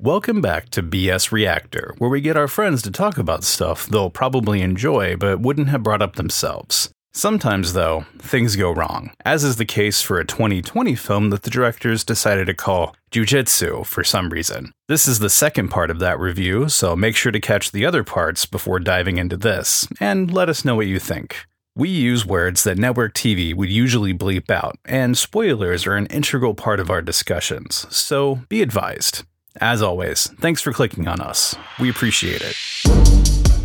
Welcome back to BS Reactor, where we get our friends to talk about stuff they'll probably enjoy but wouldn't have brought up themselves. Sometimes, though, things go wrong, as is the case for a 2020 film that the directors decided to call Jujitsu for some reason. This is the second part of that review, so make sure to catch the other parts before diving into this, and let us know what you think. We use words that network TV would usually bleep out, and spoilers are an integral part of our discussions, so be advised. As always, thanks for clicking on us. We appreciate it.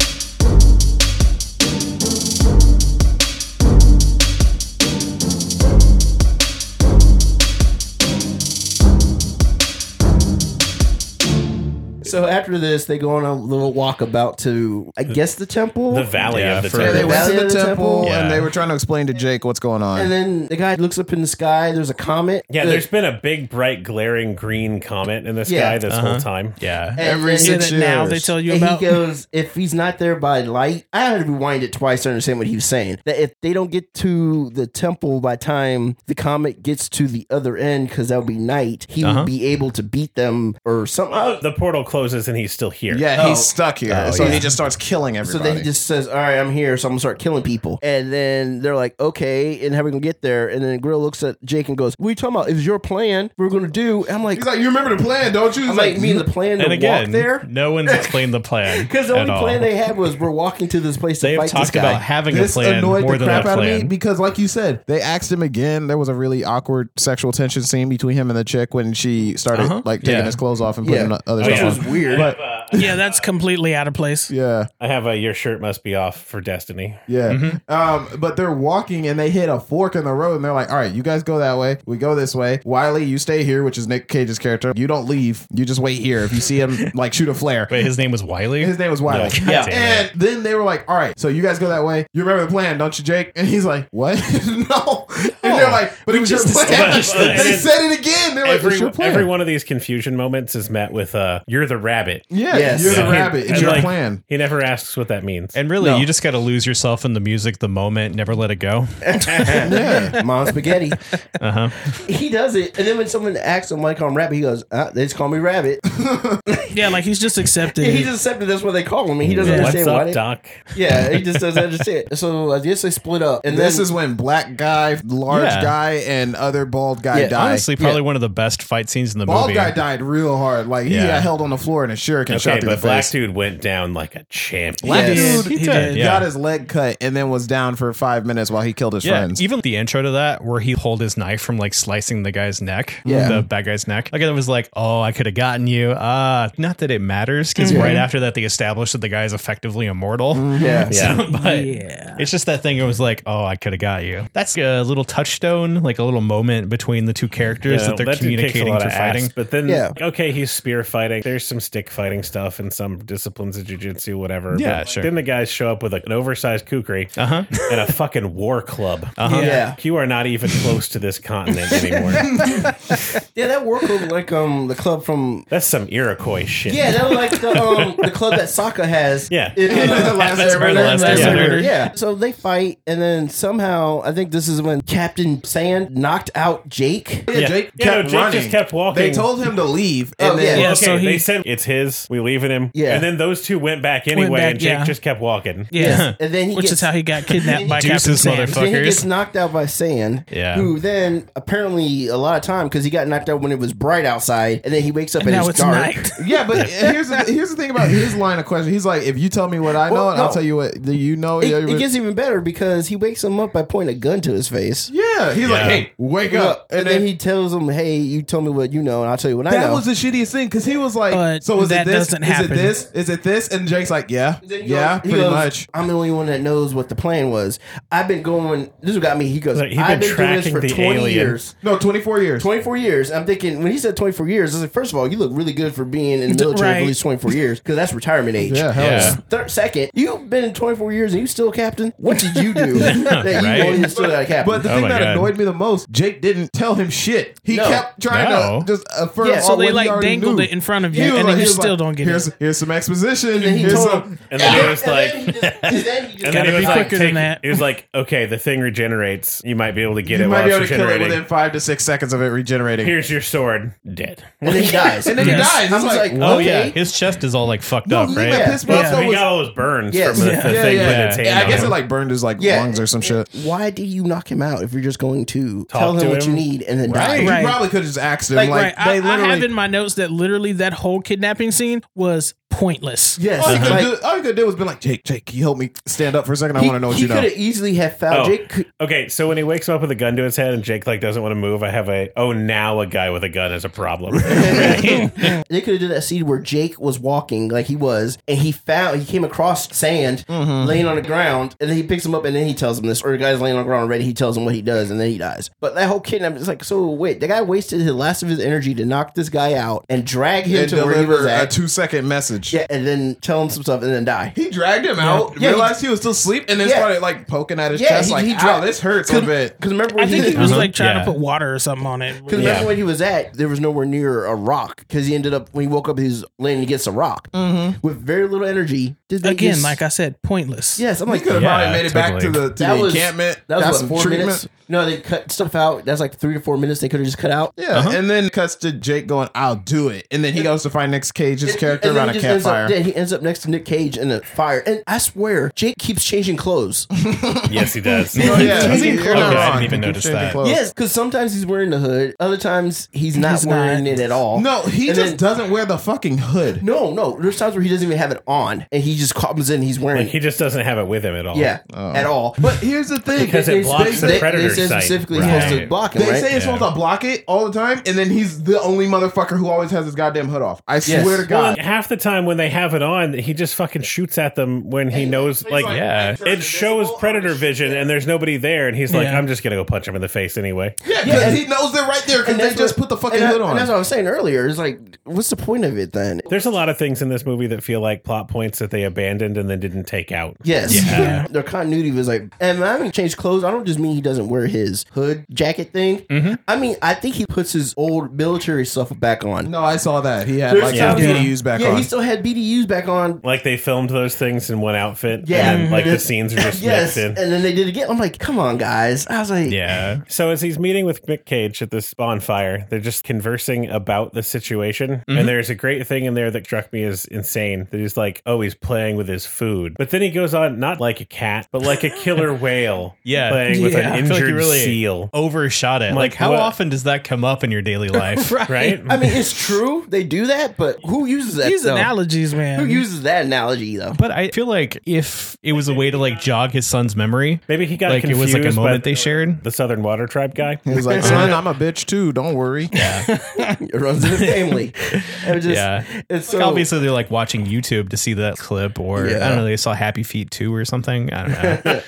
So after this, they go on a little walkabout to, I guess, the temple. The Valley Yeah, of the for- Yeah, they they Terrible. went to went the to the temple temple. and Yeah. they were trying to explain to Jake what's going on. And then the guy looks up in the sky. There's a comet. Yeah, that- there's been a big, bright, glaring green comet in the sky Yeah. Uh-huh. this whole time. yeah, and- every and- See six that years. now they tell you And about. he goes, if he's not there by light, I had to rewind it twice to understand what he was saying. That if they don't get to the temple by time the comet gets to the other end, because that would be night, he Uh-huh. would be able to beat them or something. Uh, The portal closes and he's still here. yeah, he's stuck here, Oh, so yeah. he just starts killing so everybody. then he just says, "All right, I'm here, so I'm gonna start killing people." And then they're like, "Okay," and how we gonna get there? And then Grill looks at Jake and goes, "What are you talking about? It was your plan. We're gonna do." And I'm like, he's like, "You remember the plan, don't you?" He's "I'm like, me and the plan to and again, walk there." no one's explained the plan Because the at only all. plan they had was we're walking to this place to They have fight this talked guy. about having a this plan annoyed more the than a crap out of me plan. because, like you said, they asked him again. There was a really awkward sexual tension scene between him and the chick when she started Uh-huh. like taking Yeah. his clothes off and putting Yeah. other Which stuff was on. weird. But yeah, that's completely out of place. yeah, I have a your shirt must be off for Destiny. yeah. Um, but they're walking and they hit a fork in the road and they're like, "All right, you guys go that way. We go this way. Wiley, you stay here, which is Nick Cage's character. You don't leave. You just wait here. If you see him, like shoot a flare. Wait, his name was Wiley. His name was Wiley. Yeah. Yeah. And then they were like, all right, so you guys go that way. You remember the plan, don't you, Jake? And he's like, what? no. And they're like, but it was your plan. established this. they said it again. They're like, Every, it's your plan. every one of these confusion moments is met with uh, "You're the rabbit." yeah, Yes. you're Yeah. the rabbit. It's And, your like, plan. He never asks what that means. And really, No. you just got to lose yourself in the music, the moment, never let it go. Yeah. Mom spaghetti. Uh huh. he does it, and then when someone asks him why they call him Rabbit, he goes, ah, "They just call me Rabbit." Yeah, like he's just accepted. he just accepted that's what they call him, and he doesn't What's understand why. up, They, Doc? yeah, he just doesn't understand. So I guess they split up, and This then, is when black guy, large Yeah. guy, and other bald guy Yeah, died. honestly probably one of the best fight scenes in the bald movie. guy died real hard. Like he Yeah. got held on the floor and a shuriken Okay, shot through but the Black face. dude went down like a champion. Black Yes. dude He did. Yeah. got his leg cut and then was down for five minutes while he killed his Yeah, friends. even the intro to that, where he pulled his knife from like slicing the guy's neck, Yeah. the bad guy's neck. Like it was like, oh, I could have gotten you. Ah, not that it matters, because right after that, they established that the guy is effectively immortal. Mm-hmm. yeah, Yeah. But Yeah. it's just that thing. It was like, oh, I could have got you. That's a little touchstone, like a little moment between the two characters Yeah, that they're that dude kicks a communicating lot through of ass, fighting. but then, Yeah. okay, he's spear fighting. There's some stick fighting stuff and some disciplines of jujitsu, whatever. Yeah, but sure. Then the guys show up with like, an oversized kukri Uh huh. and a fucking war club. Uh-huh. yeah, yeah. You are not even close to this continent anymore. that war club like um the club from. That's some Iroquois shit. Yeah, that was like the um the club that Sokka has. Yeah. in, in the last That's right, Airbender. Last Last Airbender. Airbender, Yeah. So they fight, and then somehow I think this is when Captain Sand knocked out Jake. Yeah, Jake Yeah, kept no, Jake running. just kept walking. They told him to leave, and Oh, then yeah. Okay, so he- they said it's his. We leaving him. Yeah. And then those two went back anyway, back, and Jake yeah. just kept walking. Yes. And then he Which gets, is how he got kidnapped by Captain Deuces, Sam. Then he gets motherfuckers. knocked out by Sand, Yeah. who then apparently a lot of time because he got knocked out when it was bright outside, and then he wakes up and, Now it's it's dark. night. Yeah, but here's the, here's the thing about his line of question. He's like, if you tell me what I know, Well, and no. I'll tell you what do you know. It, yeah, it gets even better because he wakes him up by pointing a gun to his face. yeah, he's like, Yeah. hey, wake up, and, then, he tells him, "Hey, you tell me what you know, and I'll tell you what I That know." was the shittiest thing because he was like, But so is that it this? doesn't is happen. it this? Is it this? And Jake's like, yeah, Then he yeah, goes- he pretty goes, much. I'm the only one that knows what the plan was. I've been going. This is what got me. He goes. Like, he'd I've been been doing this tracking for the 20 alien. years. No, twenty four years. 24 years. I'm thinking when he said 24 years, I was like, first of all, you look really good for being in the military for at Right. least 24 years because that's retirement age. yeah, hell yeah. Yeah. Thir- second, you've been 24 years and you still a captain. What did you do that you Right. only still got a captain? But the Oh thing my that God. annoyed me the most. Jake didn't tell him shit. He No. kept trying No. to just affirm. Yeah. all So So they what he like already dangled knew. it in front of He you, was and like- then he you was still like, don't get here's, it. Here's some exposition. And he here's told some, him- And then he was And like, then he just- and then he just- and then Gotta he was be like, quicker than take- that. It was like, okay, the thing regenerates. You might be able to get you it might while be it's able to kill it regenerating. within five to six seconds of it regenerating. Here's your sword. Dead. and then he dies. and then he Yes. dies. It's I was like, Oh Okay. yeah, his chest is all like fucked No, up, you right? might piss me Yeah. off. That we was- got all those burns Yes. from the, Yeah. the Yeah, thing yeah. with its hand. Yeah, I on guess him. it like burned his like Yeah. lungs or some shit. Why did you knock him out if you're just going to Talk tell him to what him. you need and then Right. die? Right. He probably could have just axed him. Like, Like, Right. I, they I literally. have in my notes that literally that whole kidnapping scene was pointless. Yes. all, he could Like, do, all he could do was be like, Jake, Jake, can you help me stand up for a second? I want to know what he you know. could have easily have found Oh. Jake. could- Okay, so when he wakes up with a gun to his head and Jake like doesn't want to move, I have a oh now a guy with a gun is a problem. Oh, They could have done that scene where Jake was walking like he was, and he found he came across sand Mm-hmm. laying on the ground, and then he picks him up, and then he tells him this, or the guy's laying on the ground already. He tells him what he does, and then he dies. But that whole kidnapping is like, so wait, the guy wasted the last of his energy to knock this guy out and drag him And to where he was deliver a at, two second message. yeah, and then tell him some stuff, and then die. He dragged him out, Yeah, he- realized he, was still asleep, and then Yeah. started like poking at his Yeah, chest, he- like, he "Ow, dropped- this hurts a bit." Because remember, I when think he, he was Uh-huh. because like trying Yeah. to put water or something on it. remember Yeah. when he was at, there was nowhere near a rock. Because he ended up when he woke up, he was laying against a rock with very little energy. Did they Mm-hmm. Again, just- like I said, pointless. yes, I'm He like could have Yeah, probably made it back to totally. the, to the encampment. That was got what, some four treatment. minutes. No, they cut stuff out. That's like three to four minutes they could have just cut out. Yeah, and then cuts to Jake going, "I'll do it," and then he goes to find Nick Cage's character And then around he a just ends up- campfire. yeah, he ends up next to Nick Cage in a fire. And I swear, Jake keeps changing clothes. yes, he does. Oh, yeah. He's in You're not clothes. I didn't wrong. even He keeps notice changing that. clothes. yes, because sometimes he's wearing the hood, other times he's not He's wearing not. it at all. No, he And then- just doesn't wear the fucking hood. No, no. There's times where he doesn't even have it on, and he just comes in. He's wearing Like he just doesn't have it with him at all. it. Yeah, Oh. at all. But here's the thing: Because it they- blocks they, the They, they, they predator say site. specifically he's supposed to Right. block him, they right? say it's Yeah. supposed to block it all the time, and then he's the only motherfucker who always has his goddamn hood off. I Yes. swear to Well, God. half the time when they have it on, he just fucking shoots at them when he knows, like, like, Yeah. it shows predator vision and there's nobody there, and he's like, Yeah. I'm just gonna go punch him in the face anyway. Yeah, because he knows they're right there because And they that's just what- put the fucking and I- hood on. And that's what I was saying earlier. It's like, what's the point of it then? There's a lot of things in this movie that feel like plot points that they abandoned and then didn't take out. Yes. Yeah. Their continuity was like, and when I haven't changed clothes. I don't just mean he doesn't wear his hood jacket thing. Mm-hmm. I mean, I think he puts his old military stuff back on. No, I saw that. He had There's like times- the BDUs back yeah, on. he still had BDUs back on. Like they filmed those things in one outfit. Yeah. And then, like the scenes are just Yes. mixed in. And then they did it again. I'm like, come on, guys. I was like, Yeah. So as he's meeting with Nick Cage at this bonfire, they're just conversing about the situation. Mm-hmm. And there's a great thing in there that struck me as insane. That he's like, oh, he's playing with his food. But then he goes on, not like a cat, but like a killer whale. Yeah. Oh, Playing with an Yeah. I feel like you injured really- seal. Overshot it. Like, Like, how what? often does that come up in your daily life? Right? I mean, it's true. They do that, but who uses that? These though? analogies, man. Who uses that analogy though? But I feel like if it was a way to like jog his son's memory, Maybe he got like it confused was like a by moment they shared. The Southern Water Tribe guy. He was like, son, I'm a bitch too. Don't worry. It runs in the family. It was just, Yeah. It's so Like, obviously, they're like watching YouTube to see that clip, or I don't know, they saw Happy Feet 2 or something. I don't know.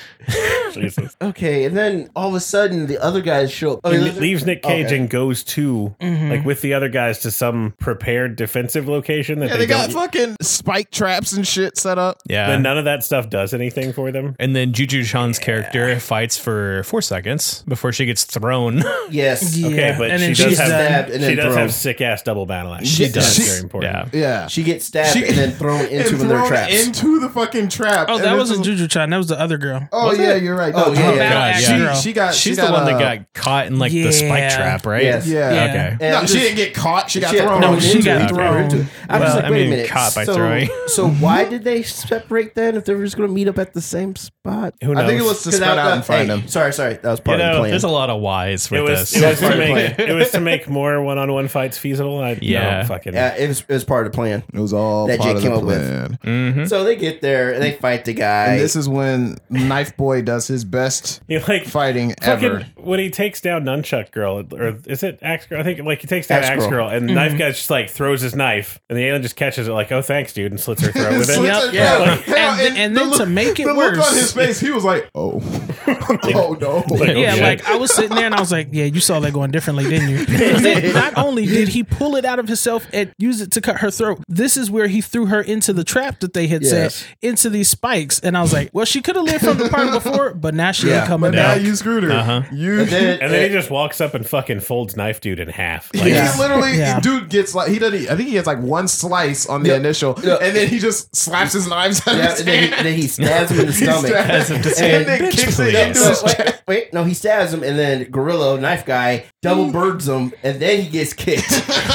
Jesus. okay. And then all of a sudden, the other guys show up. Oh, He those are- leaves Nick Cage Okay. and goes to like with the other guys to some prepared defensive location that Yeah, they, they got don't. fucking spike traps and shit set up. yeah. Then none of that stuff does anything for them. and then Juju Chan's character fights for four seconds before she gets thrown. Yes. Yeah. Okay, but And she then does she's have stabbed and she then does thrown. have sick ass double battle axe. She She does. does. Very important. yeah. Yeah. She gets stabbed She- and then thrown And into one of their thrown traps. Into the fucking trap. oh, And that this wasn't is- Juju Chan. That was the other girl. Oh, yeah, you're right. Oh, That- yeah, yeah. God, She, yeah. Girl. she got. she She's the one that uh, got caught in like the spike Yeah. trap, right? Yes. Yeah. Yeah. Okay. And No, I'm she just- didn't get caught. She got She got thrown. thrown No, she into got it. thrown. Thrown into it. I'm Well, just like, I wait mean, a minute. caught by so, throwing. so why did they separate then if they were just going to meet up at the same spot? Who knows? I think it was to 'Cause spread I- out and find hey, them. Sorry, sorry. That was part You of the know, plan. Oh, there's a lot of whys with it was, this. it was, to Part of the make, plan. it was to make more one on one fights feasible. I yeah. Yeah. don't fucking yeah, it was, it was part of the plan. It was all That part Jake of the came up with. Mm. plan. Mhm. So they get there and they fight the guy. And this is when Knife Boy does his best you know, like fighting fucking ever. when he takes down Nunchuck Girl or is it Axe Girl? I think like he takes down Axe Axe, Girl. Girl. and Knife Guy just like throws his knife and the alien just catches it like oh thanks dude and slits her throat with it. Slits Yep. her Yeah. throat. And- and the then to make it the look worse- on his face, he was like, "Oh, up on the Oh no! Like, yeah, oh, shit. like I was sitting there and I was like, "Yeah, you saw that going differently, didn't you?" 'Cause then not only did he pull it out of himself and use it to cut her throat, this is where he threw her into the trap that they had Yes. set into these spikes, and I was like, "Well, she could have lived from the part before, but now she ain't coming but now back." you screwed her. Uh-huh. You And then, and then he just walks up and fucking folds knife dude in half. Like, He literally, Yeah. dude gets like he doesn't. e, I think he gets like one slice on the Yeah. initial, Yeah. and then he just slaps his knives out yeah, of his and then, hand. he, then he stabs him in the He stomach. stabs him And- and then "Bitch, kicks it please." into No, his wait, chest. wait, no, he stabs him, and then Gorilla, knife guy, double birds him, and then he gets kicked.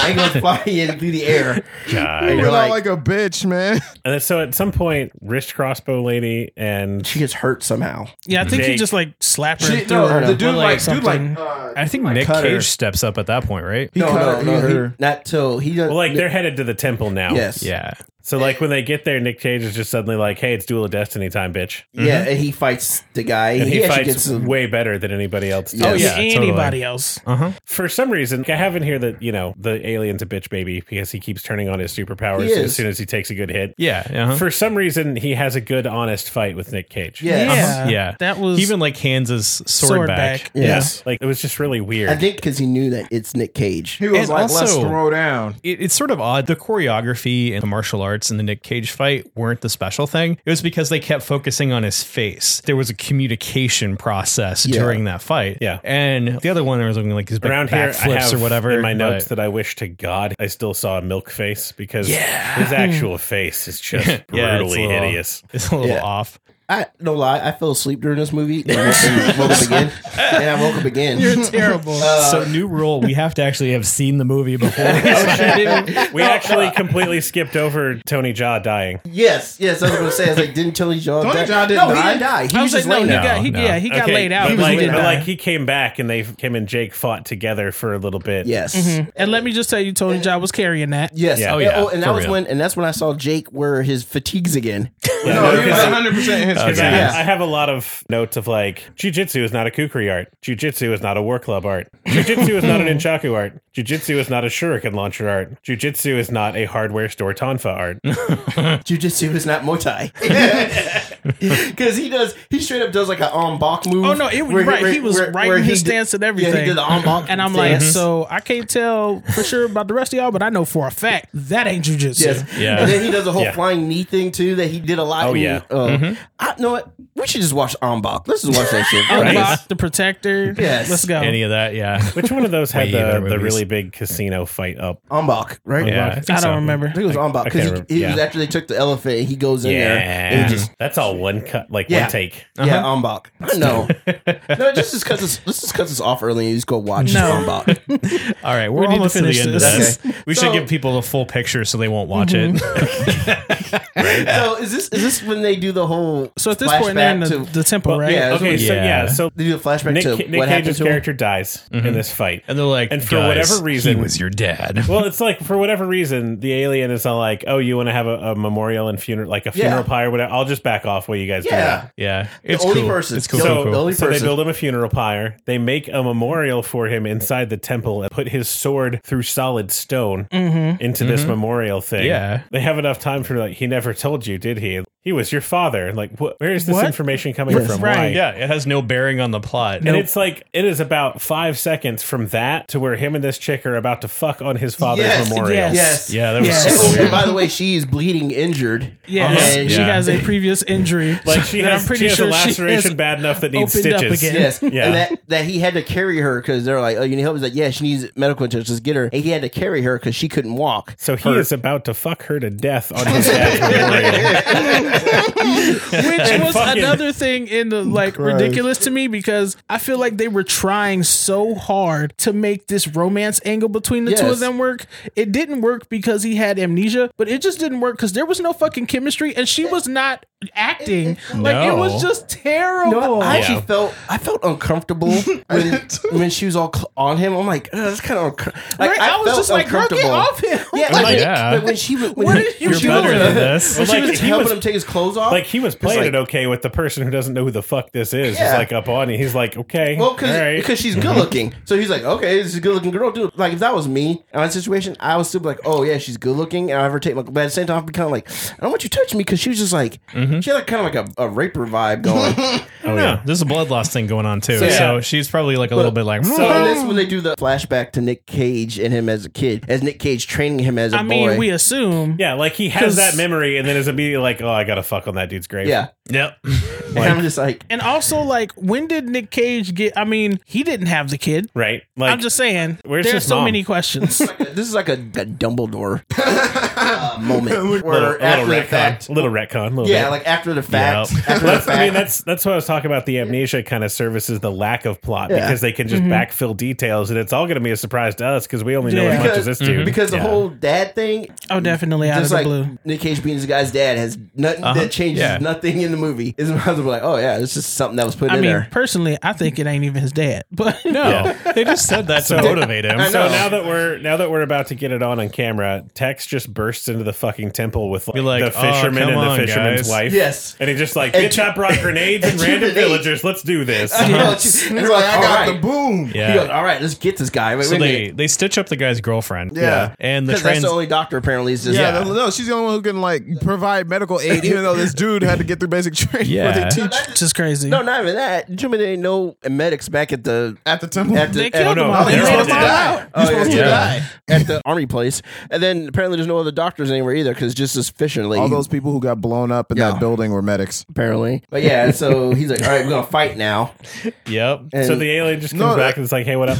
and goes flying through the air. God. You're You're not like- like a bitch, man. and then, so at some point, wrist crossbow lady and She gets hurt somehow. yeah, I think he Jake. just like slapped her. She, and threw her no, in the a dude bullet or like, dude something. like, uh, I think Nick cut her. Cage steps up at that point, right? he no, cut no, her- no, he- he, not till he doesn't. well, like they're headed to the temple now. yes, Yeah. So like when they get there, Nick Cage is just suddenly like, "Hey, it's Duel of Destiny time, bitch!" yeah, and he fights the guy. And he, he, actually fights gets some. way better than anybody else. Yeah. does. Oh yeah, Yeah, anybody totally. else? Uh huh. For some reason, I have in here that you know the alien's a bitch baby because he keeps turning on his superpowers He is. as soon as he takes a good hit. Yeah. Uh-huh. For some reason, he has a good, honest fight with Nick Cage. Yes. Yeah, yeah. that was he even like hands his sword, sword back. back. Yes. Like it was just really weird. I think because he knew that it's Nick Cage. He was And like, let's also- throw down. It, it's sort of odd. The choreography and the martial arts and the Nick Cage fight weren't the special thing. It was because they kept focusing on his face. There was a communication process Yeah. during that fight. Yeah. and the other one there was something like his back, Around here, I flips have or whatever in my but- notes that I wish to God I still saw a milk face because his actual face is just Yeah, it's a brutally little- hideous. It's a little Yeah. off. I no lie, I fell asleep during this movie. And I woke up again. And I woke up again. You're terrible. so new rule: we have to actually have seen the movie before. We actually completely skipped over Tony Jaw dying. Yes, yes, I was gonna say. I was like, didn't Tony John die? Tony Jaa didn't no, die. he didn't die. He was I was like, just no, laying he there. got, he, No, yeah, he got Okay, laid But out. but he like, didn't but die. like he came back and they him and Jake fought together for a little bit. Yes. Mm-hmm. and let me just tell you, Tony Jaa was carrying that. Yes. Yeah. Oh, Oh, yeah, and that for was real. when, and that's when I saw Jake wear his fatigues again. No, he was because- 100 percent his. Because Uh, I, Yeah. I have a lot of notes of like, jujitsu is not a kukri art. Jujitsu is not a war club art. Jujitsu is not an inchaku art. Jujitsu is not a shuriken launcher art. Jujitsu is not a hardware store tonfa art. Jujitsu is not Muay Thai. Because he does, he straight up does like an on bok move. Oh no, it was where- right. he where- was where- right where in he his did- stance and Yeah, everything. he did the on bok, and I'm like, Mm-hmm. stance. so I can't tell for sure about the rest of y'all, but I know for a fact that ain't jujitsu. Yes. Yeah. And then he does a whole Yeah. flying knee thing too that he did a lot. Oh, in, yeah. Uh, Mm-hmm. I know what. We should just watch Ombok. Let's just watch that shit. Unbox Right. the protector. Yes. Let's go. Any of that? Yeah, Which one of those had Way better the, the movies. really big casino fight up? Ombok, right? yeah. I think I so. don't remember. think it was Ombok Okay, because he, he was yeah. after they took the elephant. and He goes in there and Yeah. he just That's all one cut, like Yeah. one take. Uh-huh. yeah Ombok. I know. no, just just cut this. Let's just cut this off early and just go watch No. Ombok. All right, we're need to almost to the finish end of this. this. We should So- give people the full picture so they won't watch Mm-hmm. it. so is this is this when they do the whole? So at this point, they're in the, flashback to- the temple, right? yeah. that's Okay, what- so yeah, Yeah. so They do the flashback Nick, to Nick what happened Cage's to him. Mm-hmm. character dies in this fight. And they're like, And for "Guys, whatever reason- he was your dad. Well, it's like for whatever reason, the alien is all like, "Oh, you want to have a, a memorial and funeral, like a funeral pyre, or whatever." I'll just back off while you guys do Yeah. that. Yeah, it's only cool. person. It's cool. The cool, So, cool. the only so they person. build him a funeral pyre. They make a memorial for him inside the temple and put his sword through solid stone Mm-hmm. into this memorial thing. Yeah. they have enough time for like he never told you, did he? He was your father. Like, wh- where is this What? information coming from? Right. Why? yeah, it has no bearing on the plot. And it's like it is about five seconds from that to where him and this chick are about to fuck on his father's Yes, memorial. yes. Yes. yeah, that was Yeah. so Oh, weird. and by the way, she is bleeding, injured. Yes. And She Yeah. has a previous injury. Like she that has, she has a laceration has bad enough that needs opened up stitches. again. Yes, Yeah. and that, that he had to carry her because they're like, "Oh, you need help?" He's like, "Yeah, she needs medical attention. Just get her." And he had to carry her because she couldn't walk. So he is about to fuck her to death on his dad's memorial. which And was fucking- another thing in the like ridiculous to me because I feel like they were trying so hard to make this romance angle between the two Yes. of them work. It didn't work because he had amnesia, but it just didn't work because there was no fucking chemistry and she was not acting. Like it was No. just terrible. No, I actually Yeah. felt I felt uncomfortable when when she was all cl- on him. I'm like, "Ugh, that's kind of uncomfortable. Right? I, was just like, girl, get off him. Yeah, like, yeah. But when she was, when What are you when she You're doing? better was, than this. when she Like, was he helping was- him take his clothes off. Like he was playing like- it okay with the person who doesn't know who the fuck this is. He's Yeah. like up on it. He's like, okay, Well, because all right. Mm-hmm. she's good looking. So he's like, okay, this is a good looking girl, dude. Like, if that was me in my situation, I would still be like, oh, yeah, she's good looking. And I have her take my, but at the same time, I'd be kind of like, I don't want you touching me because she was just like, Mm-hmm. she had like, kind of like a, a raper vibe going. Oh, yeah. There's a blood loss thing going on too. So, So- she's probably like a little bit like, so "Mm." that's when they do the flashback to Nick Cage and him as a kid, as Nick Cage training him as a I boy. mean, we assume. yeah, like he has 'Cause- that memory, and then is immediately like, oh, I gotta fuck on that dude's grave. yeah. yep. and I'm just like, And also, like, when did Nick Cage get? I mean, he didn't have the kid. right. Like, I'm just saying. where's There's his so mom? many questions. this is like a, a Dumbledore uh, moment. little, Where little after the retcon, fact. Uh, little retcon, little Yeah, bit. like after the fact. Yep. After the That's, fact. I mean, that's that's what I was talking about. The amnesia kind of services the lack of plot Yeah. because they can Mm-hmm. just backfill details, and it's all going to be a surprise to us because we only know Yeah. as much as Mm-hmm. this dude. because the Yeah. whole dad thing, oh, definitely out of just the like blue. Nick Cage being this guy's dad has nothing that changes Yeah. nothing in the movie. Is like, oh yeah, it's just something that was put I in mean, there. personally, I think it ain't even his dad. But "Oh, No, they just said that to motivate him. I So know. now that we're now that we're about to get it on on camera, Tex just bursts into the fucking temple with like, Be like, the "Oh, fisherman come and the on, fisherman's guys." wife. Yes. and he just like And bitch, two- I brought grenades and and two random grenades. villagers. Let's do this. You know, He's it's- like, it's like, I all got right. the boom. Yeah. He goes, all right, let's get this guy. Wait, so wait a they minute. they stitch up the guy's girlfriend. Yeah. and the Because that's trans the only doctor apparently is just Yeah, no, no, she's the only one who can like provide medical aid, even though this dude had to get through basic training. Yeah. but they teach it's just crazy. No, not even that. Jimmy didn't know medics back at the at the temple. at the They at- killed no, him. no, all. They they're let all him dead. out. Oh, yeah, supposed to yeah. at the army place, and then apparently there's no other doctors anywhere either because just this fishing lady. All those people who got blown up in Yeah. that building were medics. apparently, but yeah. So he's like, "All right, we're gonna fight now." yep. And So the alien just comes No, back that- and it's like, hey, what up?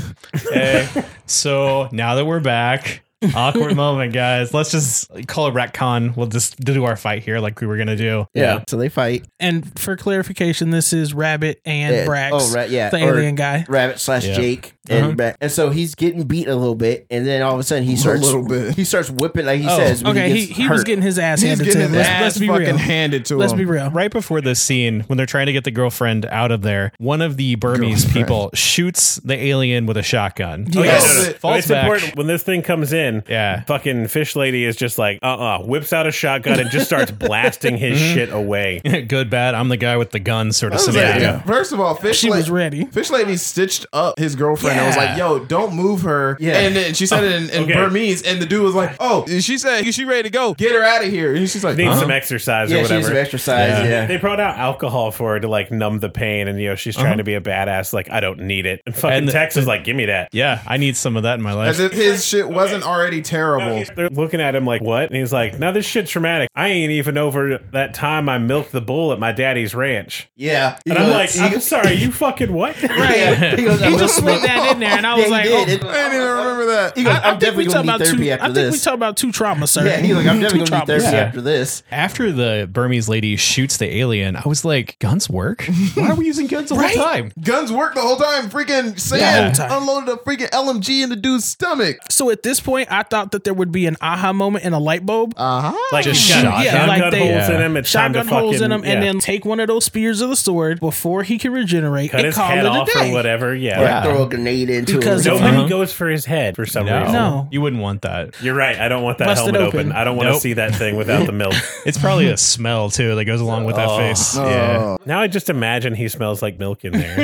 Hey, so now that we're back, awkward moment, guys. Let's just call it retcon. We'll just do our fight here, like we were gonna do. yeah, so they fight. And for clarification, this is Rabbit and Yeah. Brax. Oh, right, yeah. The Or- alien guy. Rabbit slash Yeah. Jake, and Ra- and so he's getting beat a little bit, and then all of a sudden he starts little bit. He starts whipping like he says. when Okay, he, gets he was hurt. getting his ass He's handed getting to him. his Let's, ass let's be fucking real. handed to Let's him. be real. Right before this scene, when they're trying to get the girlfriend out of there, one of the Burmese people shoots the alien with a shotgun. Oh, Yes. no, no, no. Falls it's back. important when this thing comes in. Yeah. fucking fish lady is just like, uh, uh whips out a shotgun and just starts blasting his Mm-hmm. shit away. Good, bad. I'm the guy with the gun, sort of I was scenario. like, First of all, Fish She La- was ready. Fish Lady stitched up his girlfriend and was Yeah. like, yo, don't move her. Yeah. And then she said it in, in Okay. Burmese, and the dude was like, oh, she said she ready to go. Get her out of here. And she's like, Needs "Huh?" some exercise Uh-huh. yeah, or she needs whatever. some exercise. Yeah, They brought out alcohol for her to like numb the pain, and you know she's trying to be a badass. Like I don't need it. And fucking Uh-huh. And the- Tex is like, give me that. Yeah, I need some of that in my life. As if his shit wasn't already terrible. They're looking at him like, what? And he's like, now this shit's traumatic. I ain't even over that time I milked the bull at my daddy's ranch. yeah. And I'm like, I'm sorry, you fucking what? Yeah. He goes, He "I'm just gonna slid that in there, and I was Yeah, like, he oh, did. I didn't even remember that. He goes, I, I I'm think definitely we talk gonna about need therapy two. I after think we this. talk about two traumas, sir. Yeah, he's like, I'm Two definitely gonna need traumas. therapy Yeah. after this. After the Burmese lady shoots the alien, I was like, guns work? Why are we using guns the Right? whole time? Guns worked the whole time. Freaking whole sand time. unloaded a freaking LMG in the dude's stomach. So at this point, I thought that there would be an aha moment and a light bulb. Uh huh. Like Just you got shot shotgun him. Yeah, like they- holes in him. It's time to Shotgun holes fucking- in him, and yeah. then take one of those spears of the sword before he can regenerate cut and his call head it a off day. or whatever. Yeah. Yeah. Throw a grenade into Because him. of- Nobody Uh-huh. goes for his head for some reason. No. You wouldn't want that. You're right. I don't want that Bust it helmet open. open. I don't want to Nope. see that thing without the milk. It's probably a smell, too, that goes along with that face. Yeah. Now I just imagine he smells like milk in there.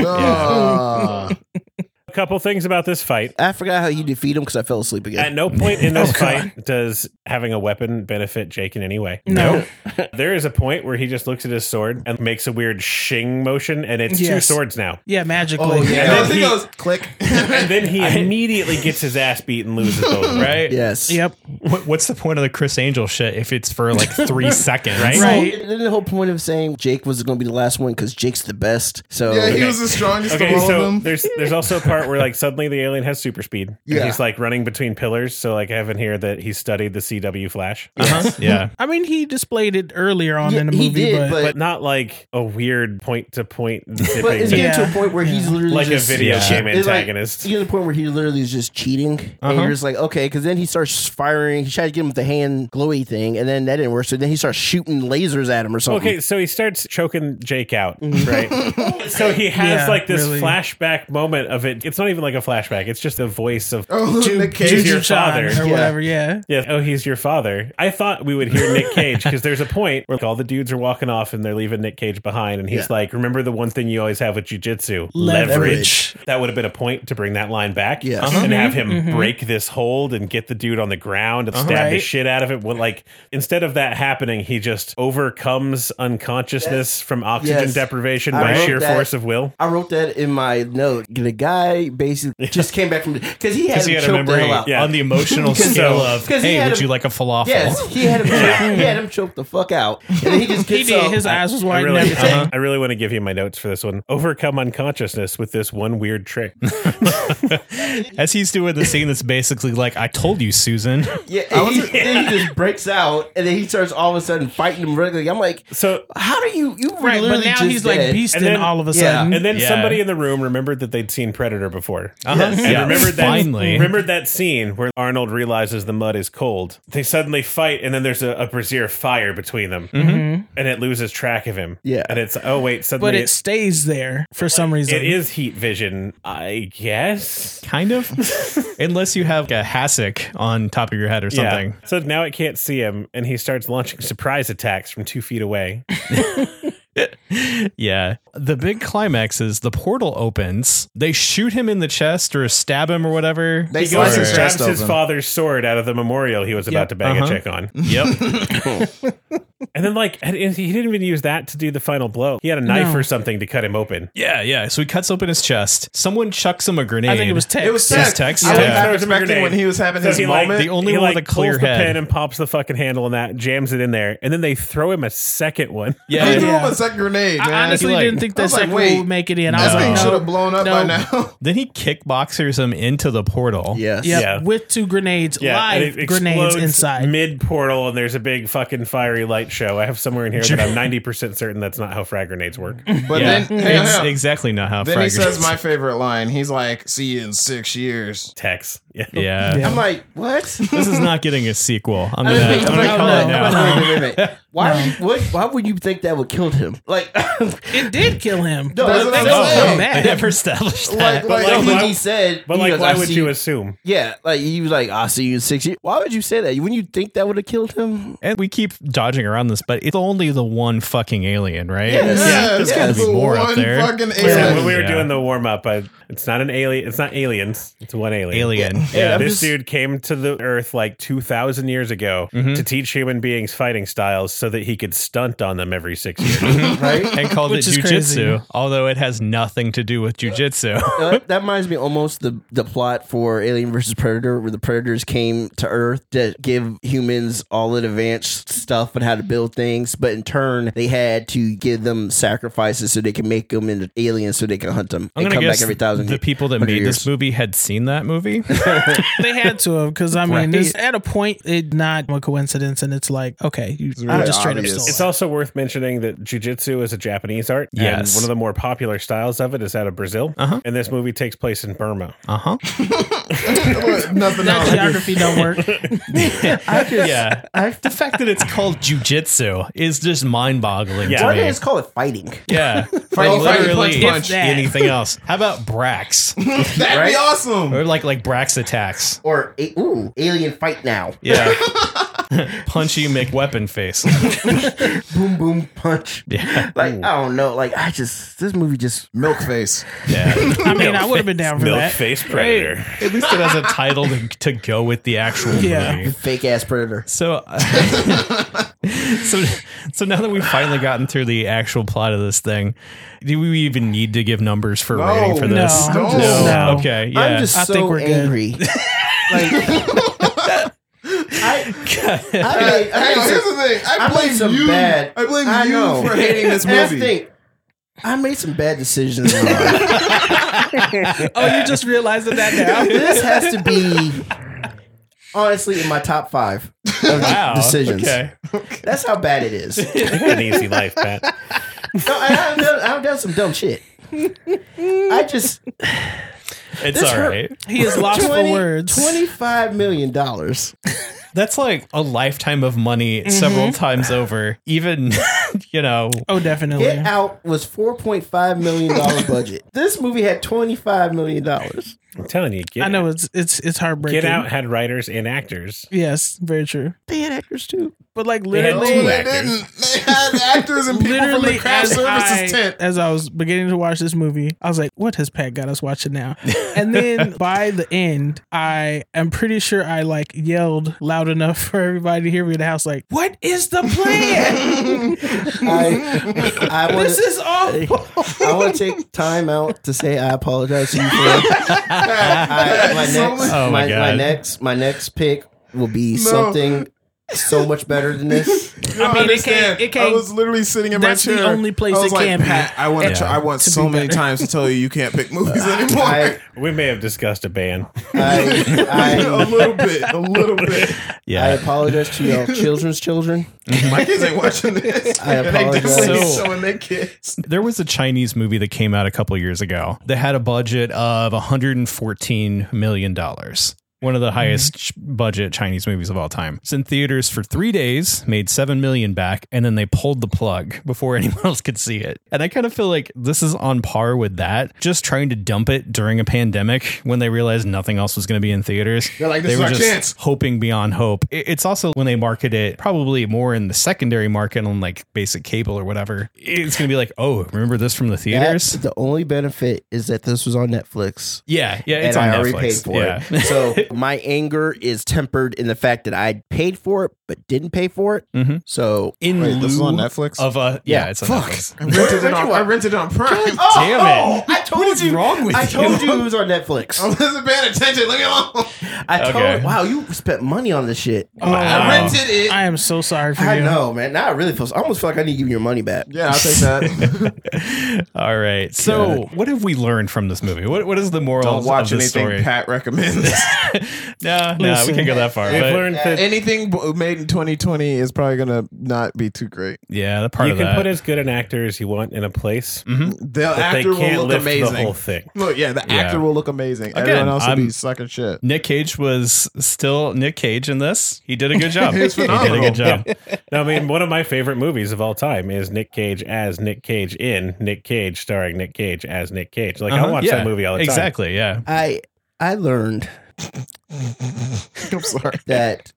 A couple things about this fight. I forgot how you defeat him because I fell asleep again. At no point in Oh, this fight does having a weapon benefit Jake in any way. No. There is a point where he just looks at his sword and makes a weird shing motion, and it's two Yes. swords now. Yeah, magically. Oh, yeah. He then goes- he he- goes, click. And then he immediately gets his ass beat and loses both. Right? yes. Yep. What, what's the point of the Chris Angel shit if it's for like three seconds? Right. And then the whole point of saying Jake was going to be the last one because Jake's the best. So yeah, he was the strongest Okay, of all so of them. there's there's also a part where like suddenly the alien has super speed. And Yeah. he's like running between pillars. So like I have in here that he studied the CW Flash, Uh-huh. Yeah. I mean, he displayed it earlier on Yeah, in the he movie, did, but, but not like a weird point to point but zipping it's thing. getting Yeah. to a point where he's literally like a just, video yeah. game It's like- antagonist. you get to the point where he literally is just cheating, and you're just like, okay, because then he starts firing. He tried to get him with the hand glowy thing, and then that didn't work. So then he starts shooting lasers at him or something. Okay, so he starts choking Jake out, right? so he has Yeah, like this really. flashback moment of it. It it's not even like a flashback. It's just the voice of Oh, Ju- Nick Juju Cage. your Chan father. or whatever. Yeah, Yeah, oh, he's your father. I thought we would hear Nick Cage because there's a point where like, all the dudes are walking off and they're leaving Nick Cage behind, and he's Yeah. like, "Remember the one thing you always have with jujitsu: Leverage. That would have been a point to bring that line back Yes. and have him break this hold and get the dude on the ground and stab the Right. shit out of it. Well, like instead of that happening, he just overcomes unconsciousness from oxygen Yes. deprivation I by wrote sheer that. force of will. I wrote that in my note. The guy basically just came back from because he had Because him he had choked a the memory hell out. Yeah. on the emotional Because- scale so- of, because he hey, had would a- you like a falafel? Yes, he had him. he had him choked the fuck out, and then he just he gets did. up. His eyes was wide I really, Uh-huh. and everything. I really want to give you my notes for this one. Overcome unconsciousness with this one weird trick. As he's doing the scene that's basically like, I told you, Susan. Yeah, and he, then he just breaks out, and then he starts all of a sudden fighting him regularly. I'm like, So how do you? You Right, literally but now just he's like dead. beasting And then- all of a yeah. sudden. And then Yeah. somebody in the room remembered that they'd seen Predator before. Uh-huh. And remembered that Finally. remembered that scene where Arnold realizes the mud is cold. They suddenly fight and then there's a, a brazier fire between them. Mm-hmm. Mm-hmm. And it loses track of him. Yeah. And it's oh wait, suddenly but it it's stays there for some reason. it is heat vision, I guess. kind of. Unless you have a hassock on top of your head or something. Yeah. So now it can't see him, and he starts launching surprise attacks from two feet away. Yeah. The big climax is the portal opens. They shoot him in the chest or stab him or whatever. He They goes slice and his grabs chest his open. father's sword out of the memorial he was about to bang Uh-huh. a check on. Yep. And then, like, and he didn't even use that to do the final blow. He had a knife No. or something to cut him open. yeah, yeah. So he cuts open his chest. Someone chucks him a grenade. I think it was text. It was His text. text, I was yeah. not expecting when he was having his he, moment. Like, The only he, one like, with a clear pulls the head. pen and pops the fucking handle on that, jams it in there, and then they throw him a second one. Yeah. He threw Yeah. him a second grenade, man. I honestly He, like- didn't I think that was like, second wait, one would make it in. I that was thing like, should no, have blown up no. by now. Then he kickboxers him into the portal. Yes. Yep, Yeah. with two grenades, live and it grenades explodes inside. mid portal, and there's a big fucking fiery light show. I have somewhere in here that I'm 90 percent certain that's not how frag grenades work. But Yeah. then, hang on, it's hang on. exactly not how then he fragments- says my favorite line. He's like, "See you in six years." Tex, yeah. yeah. Yeah. I'm like, what? This is not getting a sequel. I'm I'm gonna, I'm like, I'm gonna like, call no, it now. I'm like, wait, wait, wait, wait. Why, would you, what, why would you think that would kill him? Like, it did kill him. No, but that's what they I'm don't saying. come They back. never established that. Like, like, like, he- why- he said, But he like, goes, why "I would see you assume? Yeah, like he was like, "I'll see you in six years." Why would you say that? Wouldn't you think that would have killed him? and we keep dodging around this, but it's only the one fucking alien, right? yeah, there's it's gotta be more up there. Fucking Yeah, alien. when we were Yeah. doing the warm up, I, it's not an alien. It's not aliens. It's one alien. Alien. Yeah. I'm this just- dude came to the earth like 2,000 years ago to teach human beings fighting styles so that he could stunt on them every six years. Right? And called Which it is crazy. jujitsu, although it has nothing to do with jujitsu. Uh, that reminds me almost the the plot for Alien versus Predator, where the predators came to Earth to give humans all the advanced stuff and how to build things, but in turn they had to give them sacrifices so they can make them into aliens so they can hunt them I'm and gonna come guess back every thousand. the people that made hundred years. this movie had seen that movie. they had to have because I mean, Right. this, at a point, it's not a coincidence, and it's like, okay, you, I really just straight obvious. up it's stole. it. also worth mentioning that jujitsu is a Japanese art. Yes. And one of the more popular styles of it is out of Brazil. Uh-huh. And this movie takes place in Burma. Uh huh. Nothing That else. geography don't work. Yeah. the fact that it's called jujitsu is just mind boggling Yeah. to Why me. did just call it fighting? yeah. Fighting, fighting, Literally punch, punch. that. anything else. How about Brax? That'd be awesome. or like like Brax attacks. Or a- ooh, alien fight now? Yeah. Punchy McWeapon face. Boom, boom, punch. Yeah. Like I don't know. Like I just this movie just Milk face. Yeah. I mean, I would have been down for Milk that. face predator. At least it has a title to, to go with the actual Yeah. movie. fake ass predator. So, uh, so, so now that we've finally gotten through the actual plot of this thing, do we even need to give numbers for No. rating for No. this? No. No. Okay. Yeah. I'm just I so think we're good. angry. like I, I, Hang on, here's the thing. I I made blame some you. bad- I blame I you know. for hating this And that's the movie. thing. I made some bad decisions. in my life. Oh, you just realized that now. this has to be honestly in my top five of wow. decisions. Oh, Okay. That's how bad it is. No, an easy life, Pat. I, have done, I've done some dumb shit. I just It's This all hurt. right. He is lost for 20 words. twenty-five million dollars. Mm-hmm. That's like a lifetime of money several times over. Even you know, Oh, definitely. Get Out was four point five million dollar budget. This movie had twenty five million dollars. I'm telling you, get I know Out. it's it's it's heartbreaking. Get Out had writers and actors. Yes, very true. They had actors too. But like They had literally, two They didn't. They had actors and people from the literally craft as I, services tent. as I was beginning to watch this movie, I was like, "What has Pat got us watching now?" And then by the end, I am pretty sure I like yelled loud enough for everybody to hear me in the house, like, "What is the plan? I, I want this to is awful." I want to take time out to say I apologize to you for I, my next Oh my my, my God. next my next pick will be No. something so much better than this. You don't I mean, it understand. can't- it can't- I was literally sitting in my that's the chair. only place I was it like, can be. Pat, I want. Yeah. to Try, I want To so be many better. times to tell you you can't pick movies anymore. I We may have discussed a ban. I a I, little bit, a little bit. I yeah. apologize to y'all children's children. My kids ain't watching this. I And They apologize. definitely ain't So- showing their kids. There was a Chinese movie that came out a couple years ago that had a budget of 114 million dollars. One of the Mm-hmm. highest ch- budget Chinese movies of all time. It's in theaters for three days, made seven million back, and then they pulled the plug before anyone else could see it. And I kind of feel like this is on par with that. Just trying to dump it during a pandemic when they realized nothing else was going to be in theaters. They're like, "This they is were our just chance." hoping beyond hope. It- It's also when they market it, probably more in the secondary market on like basic cable or whatever. It's gonna be like, oh, remember this from the That's theaters? the only benefit is that this was on Netflix. yeah, yeah, it's and on I already Netflix. paid for yeah. it. So my anger is tempered in the fact that I paid for it but didn't pay for it. Mhm. So In Wait, this is on lieu Netflix? of a Yeah, yeah, it's on Netflix. I rented it on, I rented it on Prime. Oh, Damn it! Oh, I told What's you. wrong with I you? told you it was on Netflix. I wasn't paying attention. Leave me alone. I told Okay. wow, you spent money on this shit. Wow. Oh, I rented it. I am so sorry for I you. know, man. Now I really feel. I almost feel like I need to give you your money back. yeah, I'll take that. All right. So, what have we learned from this movie? What What is the moral Don't watch of anything this story? Pat recommends. Uh, no, no, we Listen. can't go that far. We've but learned that anything b- made in 2020 is probably gonna not be too great. yeah, the part you of can that. put as good an actor as you want in a place, The but they actor can't will look lift amazing. the whole thing. Look, yeah, the actor will look amazing. Everyone else will I'm- be sucking shit. Nick Cage was still Nick Cage in this. He did a good job. He was did a phenomenal. good job. No, I mean, one of my favorite movies of all time is Nick Cage as Nick Cage in Nick Cage, starring Nick Cage as Nick Cage. Like, I Uh-huh, watch yeah, that movie all the Exactly. Yeah. I I learned I'm sorry. that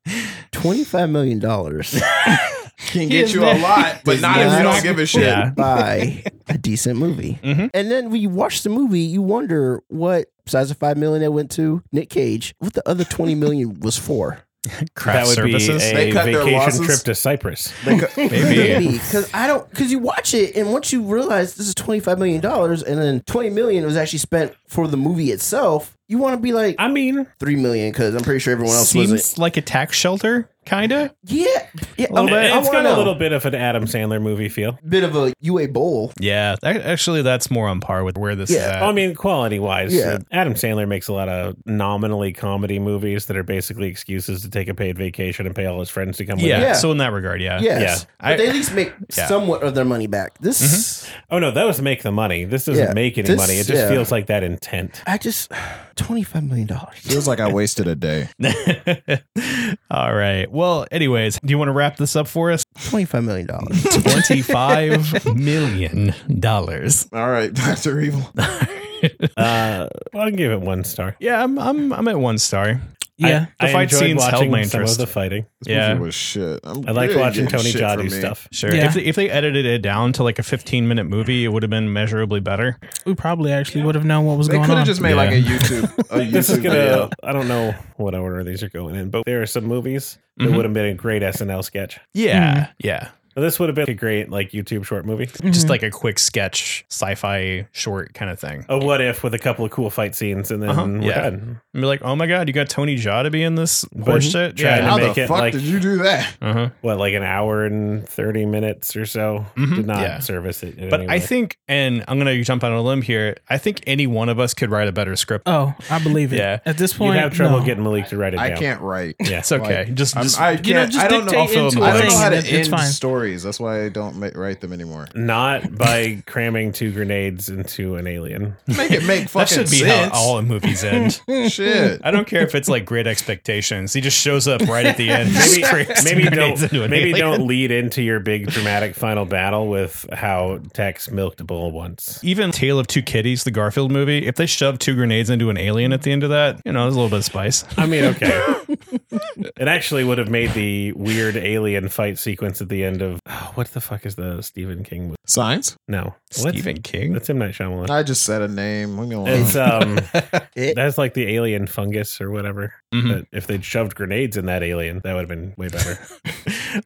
twenty five million dollars Can get you a lot, but Is not if not- you don't give a shit. Yeah. buy a decent movie, Mm-hmm. Mhm. and then when you watch the movie, you wonder what besides the five million that went to Nick Cage, what the other twenty million was for. time. Craft That would services. be They a cut their vacation losses. trip to Cyprus. Maybe. because I don't because you watch it and once you realize this is twenty five million dollars and then twenty million was actually spent for the movie itself. You want to be like I mean, three million because I'm pretty sure everyone else Seems was it. like a tax shelter, kind of. Yeah, yeah. little bit. I it's want got to a know. little bit of an Adam Sandler movie feel. bit of a UA bowl. Yeah, that, actually, that's more on par with where this is Yeah. at. I mean, quality wise, Yeah. Adam Sandler makes a lot of nominally comedy movies that are basically excuses to take a paid vacation and pay all his friends to come with yeah, him. Yeah. So in that regard, yeah, Yes, yeah. but I- they at least make Yeah. Mm-hmm. somewhat of their money back. This, Oh no, that was make the money. This doesn't Yeah. make any This- money. It just yeah. feels like that intent. I just twenty five million dollars. Feels like I wasted a day. All right. Well, anyways, do you want to wrap this up for us? Twenty five million dollars. Twenty-five million dollars. All right, Doctor Evil. Uh, well, I'll give it one star. Yeah, I'm, I'm, I'm at one star. I- the Yeah. I fight enjoyed scenes watching held my some interest. of the fighting. This Yeah. movie was shit. i I liked watching Tony Jadu stuff. Sure. Yeah. If, they, if they edited it down to like a 15 minute movie, it would have been measurably better. we probably actually would have known what was They going could on. have just made like a YouTube. A YouTube This is gonna. video. I don't know what order these are going in, but there are some movies that Mhm. would have been a great SNL sketch. Yeah. Yeah. But this would have been a great like YouTube short movie. Just like a quick sketch, sci fi short kind of thing. A what if with a couple of cool fight scenes, and then Uh-huh, we're yeah. done. And be like, oh my God, you got Tony Jaa to be in this But horse shit? trying Yeah. How make the it fuck like- did you do that? Uh-huh. What like an hour and thirty minutes or so Mhm, did not yeah. service it. in any But I way. think, and I'm going to jump on a limb here, I think any one of us could write a better script. Oh, I believe it. Yeah. At this you'd point, have trouble no. getting Malik to write it I down. can't write. Yeah, it's okay. Like, just, I'm, just I can't. You know, just I don't know. dictate off of into a a I Like, don't know thing how and to it- end it's fine. stories. stories. That's why I don't ma- write them anymore. Not by cramming two grenades into an alien. Make it make That fucking should be sense. how all movies end. Shit. I don't care if it's like Great Expectations. He just shows up right at the end. Maybe, Scrapes maybe grenades don't into an maybe alien. don't lead into your big dramatic final battle with how Tex milked a bull once. Even Tale of Two Kitties, the Garfield movie, if they shove two grenades into an alien at the end of that, you know, there's a little bit of spice. I mean, okay. it actually would have made the weird alien fight sequence at the end of oh, what the fuck is the Stephen King movie? Signs? No, What? Stephen King. That's him, Night Shyamalan. I just said a name. Leave me alone. It's um, It- that's like the alien fungus or whatever. Mhm. But if they'd shoved grenades in that alien, that would have been way better.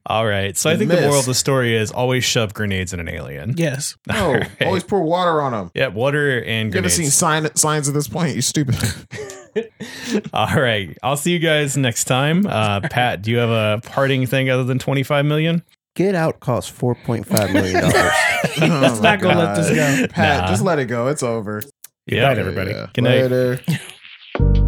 All right. So I think the Miss. moral of the story is always shove grenades in an alien. Yes. no, right. always pour water on them. Yeah, water and You haven't grenades. seen sign, signs at this point. You stupid. All right. I'll see you guys next time. Uh, Pat, do you have a parting thing other than 25 million? Get out costs four point five million dollars. Let's not gonna let this go. Oh Pat, Nah. just let it go. It's over. Yeah. night, everybody. Yeah. Good night. Later.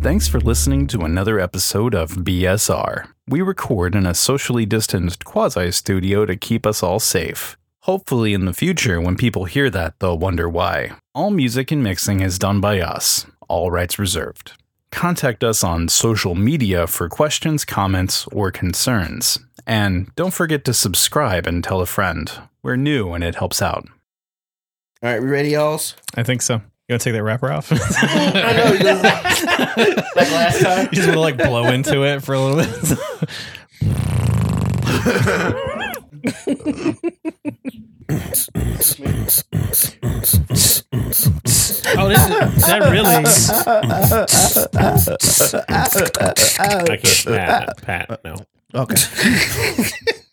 Thanks for listening to another episode of BSR. We record in a socially distanced quasi studio to keep us all safe. Hopefully, in the future, when people hear that, they'll wonder why. All music and mixing is done by us, all rights reserved. Contact us on social media for questions, comments, or concerns. And don't forget to subscribe and tell a friend. We're new and it helps out. All right, we ready, y'alls? I think so. You want to take that wrapper off? I know. you did that. like last time. You just want to like blow into it for a little bit. Oh, this is, that really. Oh, I can't. Pat, Pat, no. Okay.